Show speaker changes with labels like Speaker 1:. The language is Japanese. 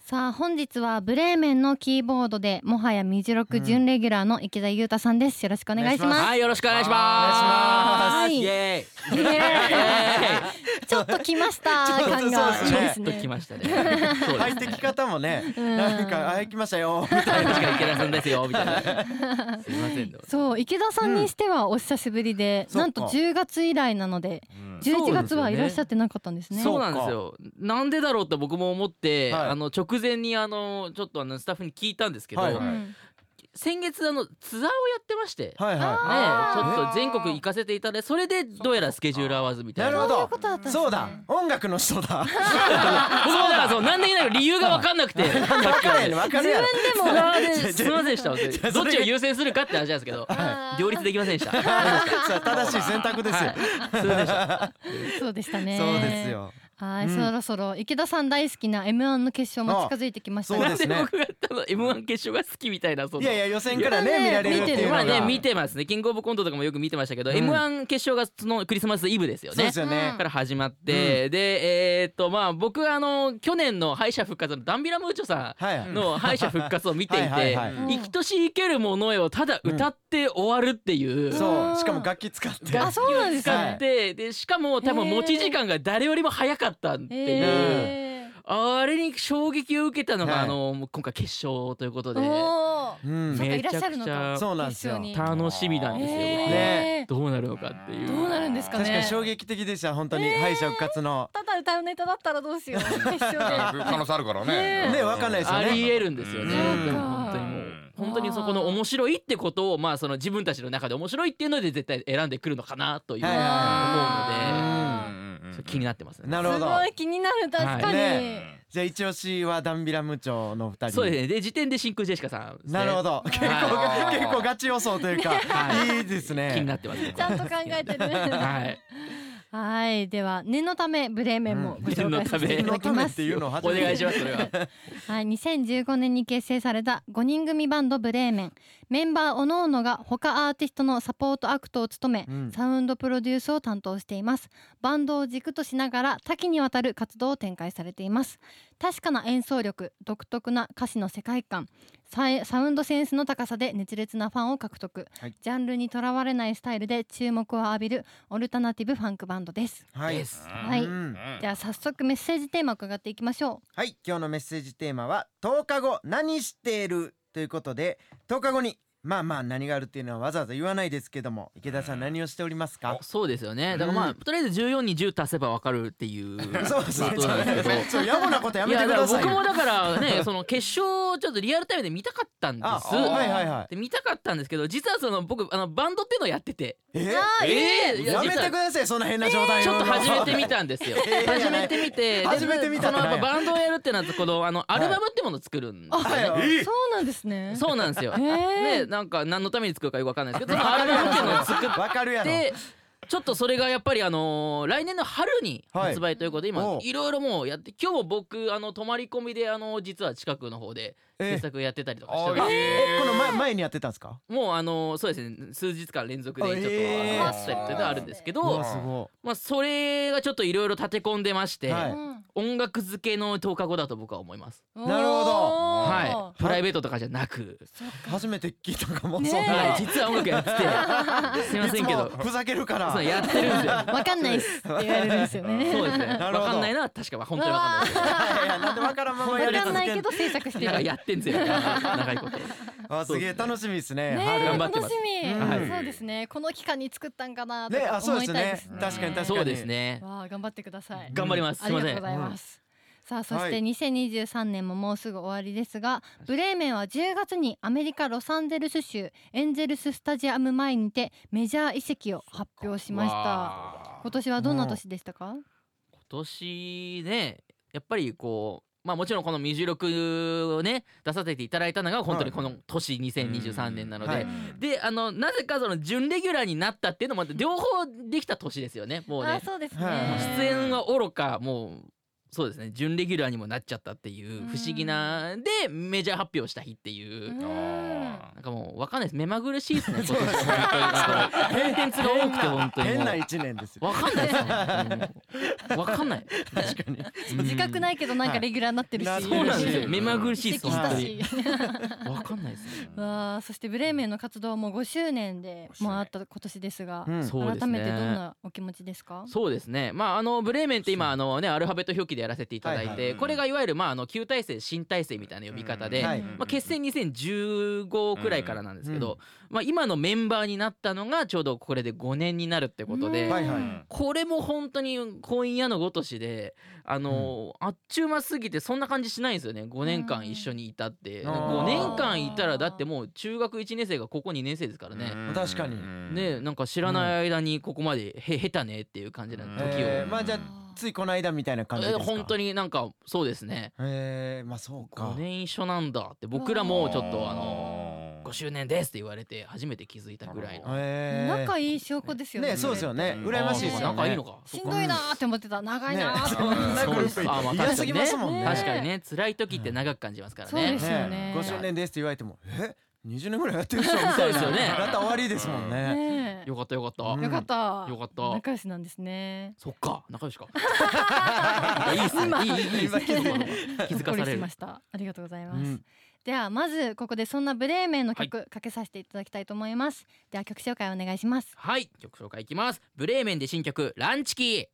Speaker 1: さあ本日はブレーメンのキーボードでもはやミジロク準レギュラーの池田裕太さんですよろしくお願いします
Speaker 2: はい、よろしくお願いします。
Speaker 1: は
Speaker 2: はいイエーイ。
Speaker 1: イエちょっと来ました感がいいです
Speaker 2: ちょっと来
Speaker 1: ね
Speaker 2: ましたね。そうで
Speaker 3: 入っ
Speaker 2: す
Speaker 3: て
Speaker 2: ね
Speaker 3: き方もね、
Speaker 1: うん
Speaker 3: なんかあ来ましたよみたいな。
Speaker 2: 確か池田さんですよみたい な。すいませんでも。
Speaker 1: そう池田さんにしてはお久しぶりで、
Speaker 3: うん
Speaker 1: なんと
Speaker 3: そっか
Speaker 1: 10月以来なので
Speaker 3: うん
Speaker 1: 11月はいらっしゃってなかったんですね
Speaker 2: そうなんですよなんでだろうって僕も思って、
Speaker 3: はい
Speaker 2: あの直前にあのちょっとあのスタッフに聞いたんですけど、
Speaker 3: はいうはい
Speaker 1: ん
Speaker 2: 先月あのツアーをやってまして、
Speaker 3: はいは
Speaker 2: ね
Speaker 1: あ
Speaker 2: ち
Speaker 1: ー
Speaker 2: ょっと全国行かせていただいてそれでどうやらスケジュール合わずみた
Speaker 3: な
Speaker 2: いな
Speaker 3: るほど
Speaker 1: そういうことだったんで
Speaker 3: い。
Speaker 1: すね
Speaker 3: そうだ、音楽の人だ。
Speaker 2: 僕もだからそうなんでいないの理由が分かんなくて 分かん
Speaker 3: わかるやろわかるやろ。
Speaker 2: でもすみませんでした
Speaker 3: じゃあ
Speaker 2: どっちを優先するかって話なんですけど
Speaker 1: はい
Speaker 2: 両立できませんでした
Speaker 3: さあ正しい選択ですよ。
Speaker 2: はいそうでした
Speaker 1: そうでしたね
Speaker 3: そうですよ。
Speaker 1: はい、
Speaker 3: うん
Speaker 1: そろそろ池田さん大好きな M1 の決勝も近づいてきました
Speaker 3: そう
Speaker 2: な
Speaker 3: で
Speaker 2: ん
Speaker 3: すね
Speaker 2: で僕があの M1 決勝が好きみたいなその
Speaker 3: いやいや予選からね
Speaker 1: い
Speaker 3: 見
Speaker 1: や
Speaker 3: ら
Speaker 1: ね
Speaker 3: れるっていうの
Speaker 2: ま
Speaker 3: が。
Speaker 2: あね見てますねキングオブコントとかもよく見てましたけど、
Speaker 3: うん
Speaker 2: M1 決勝がそのクリスマスイブですよ
Speaker 3: そう
Speaker 2: ね
Speaker 3: ですよね
Speaker 2: か。ら始まって、でえーっとまあ僕はあの去年の敗者復活のダンビラムーチョさ
Speaker 3: はい。
Speaker 2: んの敗者復活を見ていて
Speaker 3: はいはい
Speaker 1: はい
Speaker 2: 生きとし生けるものへをただ歌って終わるっていう、
Speaker 1: ん
Speaker 3: そう。しかも楽器使って。
Speaker 1: あ、そうなんです
Speaker 2: 使っ
Speaker 1: ね。
Speaker 2: て、でしかも多分持ち時間が誰よりも早かったっていう、
Speaker 1: え
Speaker 2: あれに衝撃を受けたのが、
Speaker 3: はい
Speaker 2: あのもう今回決勝ということ
Speaker 1: ー、
Speaker 2: で
Speaker 1: お
Speaker 3: う
Speaker 1: お、
Speaker 3: ん。
Speaker 1: そっ
Speaker 3: ね
Speaker 1: かいらっしゃるの
Speaker 2: めちゃ
Speaker 1: か
Speaker 2: く。ち
Speaker 3: そうなんですよ
Speaker 1: 決勝
Speaker 2: 楽しみなんですよ、
Speaker 1: に
Speaker 2: 僕
Speaker 1: えー
Speaker 2: どうなるのかっていう
Speaker 1: どうなるんですかね。
Speaker 3: 確かに衝撃的でした本当に敗者復活の。
Speaker 1: ただ歌うネタだったらどうしよう。決勝で。
Speaker 4: 可能性あるから
Speaker 1: ね
Speaker 4: ね。
Speaker 1: え
Speaker 3: ねわかんないですよ
Speaker 2: あ
Speaker 3: ね
Speaker 2: りえるんですよね。
Speaker 3: うん
Speaker 2: でも本当にもう
Speaker 4: うん
Speaker 2: 本当にそこの面白いってことをまあその自分たちの中で面白いっていうので絶対選んでくるのかなという思
Speaker 3: は
Speaker 2: う
Speaker 3: いはいは
Speaker 2: の
Speaker 4: うんうんうんう
Speaker 2: で
Speaker 4: ん
Speaker 2: ちょっと気になってますね。
Speaker 3: なるほ
Speaker 1: す
Speaker 3: ど。
Speaker 1: ごい気になる確かに。
Speaker 3: はい
Speaker 4: ね
Speaker 3: じゃあ一押しはダンビラムチョの二人。
Speaker 2: そうですね。で時点で真空ジェシカさんですね。
Speaker 3: なるほど。結構
Speaker 4: はい
Speaker 3: 結構ガチ予想というか
Speaker 2: はい
Speaker 3: いいです
Speaker 2: 気に
Speaker 3: ね。
Speaker 2: なってますね。
Speaker 1: ちゃんと考えてる。
Speaker 2: はい。
Speaker 1: はい、では念のためブレーメンもご紹介させてい
Speaker 2: 念
Speaker 1: ただき
Speaker 3: 念のため
Speaker 1: ま
Speaker 3: って
Speaker 1: す。
Speaker 3: いうのを初
Speaker 2: お
Speaker 3: めて
Speaker 2: 願いします。それは。
Speaker 1: はい、2015年に結成された5人組バンドブレーメンメンバーおのおのが他アーティストのサポートアクトを務め、
Speaker 3: うん
Speaker 1: サウンドプロデュースを担当していますバンドを軸としながら多岐にわたる活動を展開されています確かな演奏力独特な歌詞の世界観サイサウンドセンスの高さで熱烈なファンを獲得、
Speaker 3: はい
Speaker 1: ジャンルにとらわれないスタイルで注目を浴びるオルタナティブファンクバンドです
Speaker 3: は
Speaker 2: で
Speaker 3: い。
Speaker 2: す
Speaker 1: はい
Speaker 3: うん
Speaker 1: じゃあ早速メッセージテーマ伺っていきましょ
Speaker 3: はい今日のメッセージテーマは10日後何しているということで10日後にまあまあ何があるっていうのはわざわざ言わないですけども池田さん何をしておりますか
Speaker 2: そうですよね。だからまあとりあえず14に10足せばわかるっていう
Speaker 3: そうですね
Speaker 2: こ
Speaker 3: ち
Speaker 2: と
Speaker 3: ょ
Speaker 2: なんですけ ど。
Speaker 3: っとやぼなことや
Speaker 2: い
Speaker 3: めて
Speaker 2: や
Speaker 3: く
Speaker 2: だから
Speaker 3: ださい
Speaker 2: 僕も
Speaker 3: よ
Speaker 2: だからねその決勝をちょっとリアルタイムで見たかったんで
Speaker 3: あ
Speaker 2: す。
Speaker 3: はいはいはい
Speaker 2: で見たかったんですけど実はその僕あのバンドっていうのをやってて
Speaker 3: え
Speaker 2: ええい
Speaker 3: やめてく
Speaker 2: 実は
Speaker 3: ださいそんな変な冗談
Speaker 2: ちょっと始め てみ
Speaker 3: た
Speaker 2: たんですよ
Speaker 3: え
Speaker 2: 始めてみてで
Speaker 3: 初めて見たって
Speaker 2: その
Speaker 3: なんや
Speaker 2: やっぱバンドをやるってなるとこのあのアルバムってものを作るんで
Speaker 1: う
Speaker 2: すよ
Speaker 3: はい
Speaker 2: ね
Speaker 1: あ、そうなんですね
Speaker 2: そうなんですよ
Speaker 1: へえ
Speaker 2: ねなんか何のために作るかよくわかんないですけどそのアルバムっていうのを作っ
Speaker 3: わかるやろ
Speaker 2: てちょっとそれがやっぱりあのー来年の春に発売ということで
Speaker 3: はい
Speaker 2: 今
Speaker 3: おう
Speaker 2: いろいろもうやって今日も僕あの泊まり込みであの実は近くの方で
Speaker 3: え
Speaker 2: 制作やってたりとかして
Speaker 4: あ
Speaker 2: たん
Speaker 4: ー
Speaker 2: ですよ
Speaker 3: えこの前前にやってたんですか
Speaker 2: もうあのそうですね数日間連続でちょっとあの
Speaker 3: えー
Speaker 2: やってたりっていうのはあるんですけ
Speaker 3: う
Speaker 2: ど
Speaker 3: わすご
Speaker 2: まあそれがちょっといろいろ立て込んでまして、
Speaker 3: はい
Speaker 1: うん
Speaker 2: 音楽付けの10日後だと僕は思います。
Speaker 3: なるほど
Speaker 1: おー
Speaker 2: はい、プライベートとかじゃなく、
Speaker 3: い初めて聞いたかも
Speaker 1: ねえ
Speaker 3: そん
Speaker 1: は
Speaker 3: な
Speaker 2: はい、実は音楽やっててすいませんけど
Speaker 3: いつもふざけるから
Speaker 2: そうやってるんですよ。
Speaker 1: わかんないっすって言われるんですよね。
Speaker 2: そうですね。
Speaker 3: な
Speaker 2: わ
Speaker 3: るほど
Speaker 2: かんないな確かは本当にわかん ないですけど。
Speaker 3: いやいやなんでわからんままや
Speaker 1: わ
Speaker 3: り
Speaker 1: かん
Speaker 3: 続
Speaker 1: ない
Speaker 3: け
Speaker 1: けど制作して
Speaker 2: なんか
Speaker 1: る。
Speaker 2: やってんですよ長いこと。
Speaker 3: あすげえ楽しみですね
Speaker 1: ね
Speaker 3: 春
Speaker 1: え
Speaker 2: 頑張っ
Speaker 1: 楽
Speaker 2: てま
Speaker 1: し
Speaker 2: す
Speaker 1: み、
Speaker 3: うん
Speaker 1: そうですね。この期間に作ったんかなと
Speaker 3: ね
Speaker 1: か
Speaker 3: あそう
Speaker 1: 思い
Speaker 3: です
Speaker 1: たい
Speaker 3: ね
Speaker 1: ですね。
Speaker 3: 確かに確かに
Speaker 2: そうですね。
Speaker 1: わあ頑張ってください。
Speaker 2: 頑張ります。
Speaker 1: あ
Speaker 2: すい
Speaker 1: りが
Speaker 2: ま
Speaker 1: とうん
Speaker 2: せ
Speaker 1: ご。ざいます。さあそし
Speaker 3: は
Speaker 1: て
Speaker 3: い
Speaker 1: 2023年ももうすぐ終わりですが、ブレーメンは10月にアメリカ・ロサンゼルス州エンゼルススタジアム前にてメジャー移籍を発表しました。
Speaker 4: わ
Speaker 1: 今年はどんな年でしたか？
Speaker 2: 今年ねやっぱりこうまあもちろんこの「未収録」をね出させていただいたのが本当にこの年2023年なので、
Speaker 3: はい
Speaker 2: であのなぜかその準レギュラーになったっていうのもあって両方できた年ですよねもう
Speaker 1: あ
Speaker 2: ね
Speaker 1: そうです
Speaker 3: はい
Speaker 1: ね。
Speaker 2: 出演はおろかもうそうですね準レギュラーにもなっちゃったっていう不思議なでメジャー発表した日っていうう。
Speaker 1: ん
Speaker 4: あ
Speaker 2: なんかもうわかんないです目まぐるしいですね今年本当になんかコンテンツが多くて本当にも
Speaker 3: 変
Speaker 2: う
Speaker 3: な一年ですよ
Speaker 2: わかんないですね本当にもう。わかんない。
Speaker 3: 確かに
Speaker 2: うん
Speaker 1: 自覚ないけどなんかレギュラーになってるし、
Speaker 3: はいなってる
Speaker 2: そうなんです
Speaker 3: う
Speaker 2: よ。
Speaker 3: ん
Speaker 2: 目まぐるしい
Speaker 1: 指
Speaker 2: で
Speaker 1: 摘
Speaker 2: す
Speaker 1: し
Speaker 2: 本
Speaker 1: た
Speaker 2: 当に。
Speaker 1: し
Speaker 2: わかんないですね。
Speaker 1: わあそしてブレーメンの活動も5周年で
Speaker 3: 5周年
Speaker 1: もうあった今年ですが、
Speaker 3: うん
Speaker 2: そうです
Speaker 1: 改
Speaker 2: ね。
Speaker 1: めてどんなお気持ちですか
Speaker 2: そうですね、まあ、あのブレーメンって今
Speaker 3: そう
Speaker 2: あの、ね、アルファベット表記でやらせていただいて、
Speaker 3: はいはいはい
Speaker 2: これがいわゆる、まあ、あの旧体制新体制みたいな呼び方で、
Speaker 3: うんはい
Speaker 2: まあ、結成2015くらいからなんですけど、
Speaker 3: う
Speaker 2: まあ、今のメンバーになったのがちょうどこれで5年になるってことで、
Speaker 1: うん
Speaker 3: はいはい
Speaker 2: これも本当に今夜のごとしで、あのーあっちゅう間すぎてそんな感じしないんですよね5年間一緒にいたって、
Speaker 3: うん
Speaker 2: 5年間いたらだってもう中学1年生がここ2年生ですからね。
Speaker 3: ん確かに
Speaker 2: ね、なんか知らない間にここまでへ下手ねっていう感じな時を、
Speaker 3: えーまあじゃあついこの間みたいな感じですか
Speaker 2: え本当
Speaker 3: に
Speaker 2: になんかそうですね
Speaker 3: えーまあそうか
Speaker 2: 5年一緒なんだって僕らもちょっとあの5周年ですって言われて初めて気づいたぐらいの
Speaker 3: えー
Speaker 1: 仲いい証拠ですよね
Speaker 3: ねそうですよね
Speaker 4: うん
Speaker 3: 羨ましいですよね
Speaker 2: あー仲いいのか
Speaker 1: しんどいなーって思ってた長いなーって
Speaker 3: そ
Speaker 1: 思
Speaker 3: ん
Speaker 1: ってた、
Speaker 3: なグループ
Speaker 2: あまあ
Speaker 3: い嫌すぎますもんね
Speaker 1: ね
Speaker 2: 確かにね辛い時って長く感じますから
Speaker 1: そう
Speaker 2: ね
Speaker 1: で。すよね
Speaker 3: 5周年ですって言われてもえ20年ぐらいやってるでしょみた
Speaker 2: そう
Speaker 3: い
Speaker 2: です
Speaker 3: な
Speaker 2: よね
Speaker 3: だったら終わりですもんね
Speaker 1: ねえ
Speaker 2: よかったよかった。
Speaker 3: うん
Speaker 1: よかった。
Speaker 2: よかった
Speaker 1: 仲良しなんですね。
Speaker 2: そっか仲良しか。いやいいっすね。いいいいいい
Speaker 1: 今
Speaker 2: 気づか気づ
Speaker 1: ほ
Speaker 2: か
Speaker 1: っこ
Speaker 2: さ
Speaker 1: り
Speaker 2: れ
Speaker 1: し
Speaker 2: る
Speaker 1: ま。した。ありがとうございます。
Speaker 3: うん
Speaker 1: ではまずここでそんなブレーメンの曲、かけさせていただきたいと思います。では曲紹介お願いします。
Speaker 2: はい曲紹介いきます。ブレーメンで新曲ランチキー。